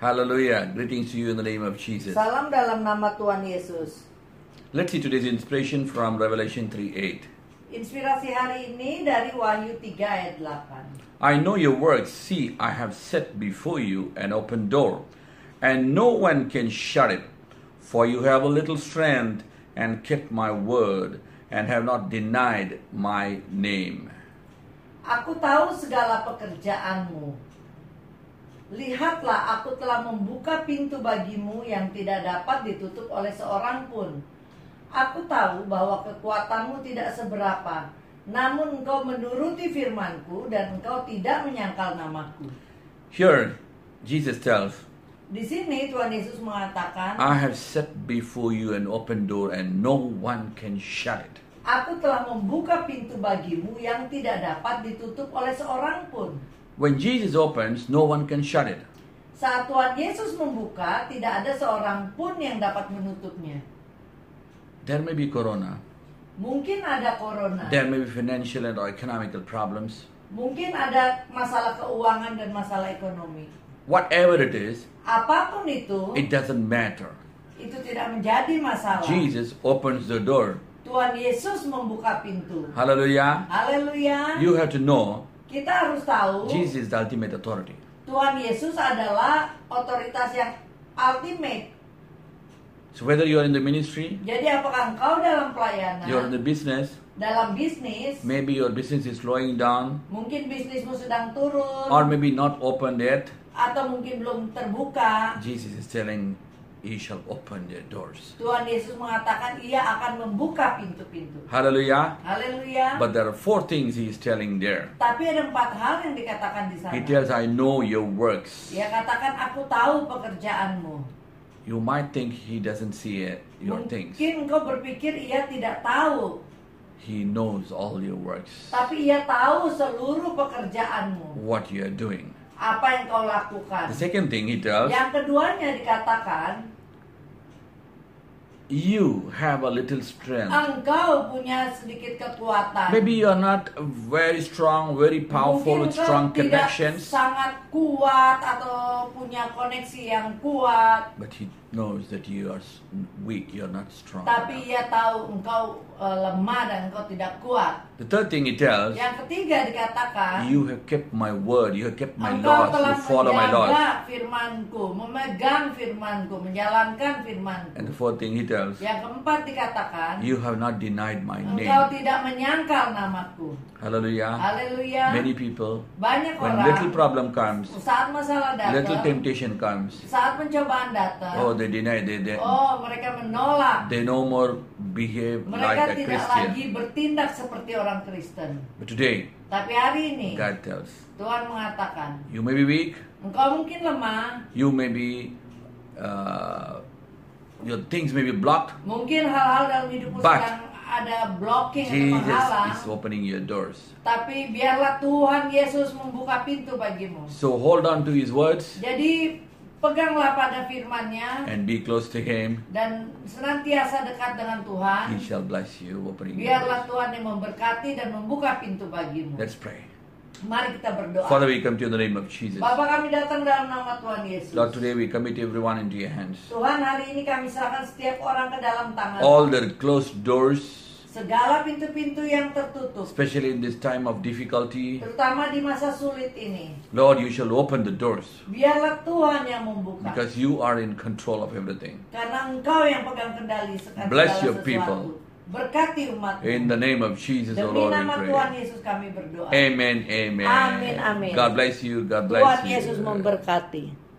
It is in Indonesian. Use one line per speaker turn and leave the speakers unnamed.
Hallelujah. Greetings to you in the name of Jesus.
Salam dalam nama Tuhan Yesus.
Let's see today's inspiration from Revelation 3 8.
Inspirasi hari ini dari Wahyu 3 ayat 8.
I know your works. See, I have set before you an open door, and no one can shut it. For you have a little strength and kept my word, and have not denied my name.
Aku tahu segala pekerjaanmu. Lihatlah aku telah membuka pintu bagimu yang tidak dapat ditutup oleh seorang pun. Aku tahu bahwa kekuatanmu tidak seberapa, namun engkau menuruti firmanku dan engkau tidak menyangkal namaku.
Here, Jesus tells,
Di sini Tuhan Yesus mengatakan,
I have set before you an open door, and no one can shut it.
Aku telah membuka pintu bagimu yang tidak dapat ditutup oleh seorang pun.
When Jesus opens, no one can shut it.
Saat Tuhan Yesus membuka, tidak ada seorang pun yang dapat menutupnya.
There may be corona,
Mungkin ada corona,
there may be financial and or economical problems.
mungkin ada masalah keuangan dan masalah ekonomi.
Whatever it is,
Apapun itu,
it doesn't matter.
itu tidak menjadi masalah.
Jesus opens the door.
Tuhan Yesus membuka pintu.
Hallelujah.
Haleluya.
You have to know
Kita harus tahu
Jesus is the ultimate authority.
Tuhan Yesus adalah otoritas yang ultimate.
So whether you are in the ministry,
Jadi apakah engkau dalam
you're in
pelayanan,
the business,
dalam bisnis,
maybe your business is slowing down
mungkin bisnismu sedang
or
turun,
maybe not opened yet,
atau mungkin belum terbuka,
Jesus is telling he shall open their doors.
Tuhan Yesus mengatakan ia akan membuka pintu-pintu.
Hallelujah.
Haleluya.
But there are four things he is telling there.
Tapi ada empat hal yang dikatakan di sana.
He tells, I know your works.
Dia katakan aku tahu pekerjaanmu.
You might think he doesn't see it,
Mm.
your things.
Mungkin engkau berpikir ia tidak tahu,
He knows all your works,
tapi ia tahu seluruh pekerjaanmu,
what you are doing.
apa yang kau
The
lakukan.
second thing he tells,
Yang keduanya dikatakan,
you have a little strength.
Um, engkau punya sedikit kekuatan.
Maybe you are not very strong, very powerful
Mungkin
with
engkau
strong
tidak
connections,
sangat kuat atau punya koneksi yang kuat,
but he knows that you are s- weak, you are not strong.
tapi ia tahu engkau eh, lemah dan engkau tidak kuat.
The third thing he tells,
Yang ketiga dikatakan,
you have kept my word, you have kept my laws,
engkau telah
you follow my
menjaga
laws.
firmanku, memegang firmanku, menjalankan firmanku.
And the fourth thing he tells,
Yang keempat dikatakan,
you have not denied my
engkau
name.
tidak menyangkal namaku.
Hallelujah.
Haleluya.
Many people,
Banyak
when
orang,
little problem comes,
saat masalah
little
datang,
temptation comes,
saat pencobaan datang,
oh, they deny, they, they,
Oh, mereka menolak.
they no more behave
Mereka
like a
tidak lagi
Christian.
bertindak seperti orang Kristen.
But today,
Tapi hari ini
God tells,
Tuhan mengatakan,
you may be weak,
engkau mungkin lemah,
you may be uh, your things may be blocked
mungkin hal-hal dalam hidupmu
But
sedang ada blocking atau
jesus
penghalang,
is opening your doors
tapi biarlah Tuhan Yesus membuka pintu bagimu.
so hold on to his words
Jadi peganglah pada firman-Nya
and be close to him
dan senantiasa dekat dengan Tuhan.
he shall bless you opening your doors.
Biarlah Tuhan yang memberkati dan membuka pintu bagimu.
let's pray
Mari kita berdoa.
father we come to you in the name of jesus
Bapa kami datang dalam nama Tuhan Yesus.
lord today we commit everyone into your hands
Tuhan hari ini kami serahkan setiap orang ke dalam tangan.
all their closed doors
Segala pintu-pintu yang tertutup,
especially in this time of difficulty
terutama di masa sulit ini.
lord you shall open the doors
Biarlah Tuhan yang membuka.
because you are in control of everything
Karena engkau yang pegang kendali sekarang
Bless
segala
your
sesuatu.
people.
Berkati umatmu.
in the name of jesus O
Demi
lord we
nama
pray
Tuhan Yesus kami berdoa.
Amen, amen.
Amen, amen.
God bless you. God bless
Tuhan
you.
Yesus memberkati.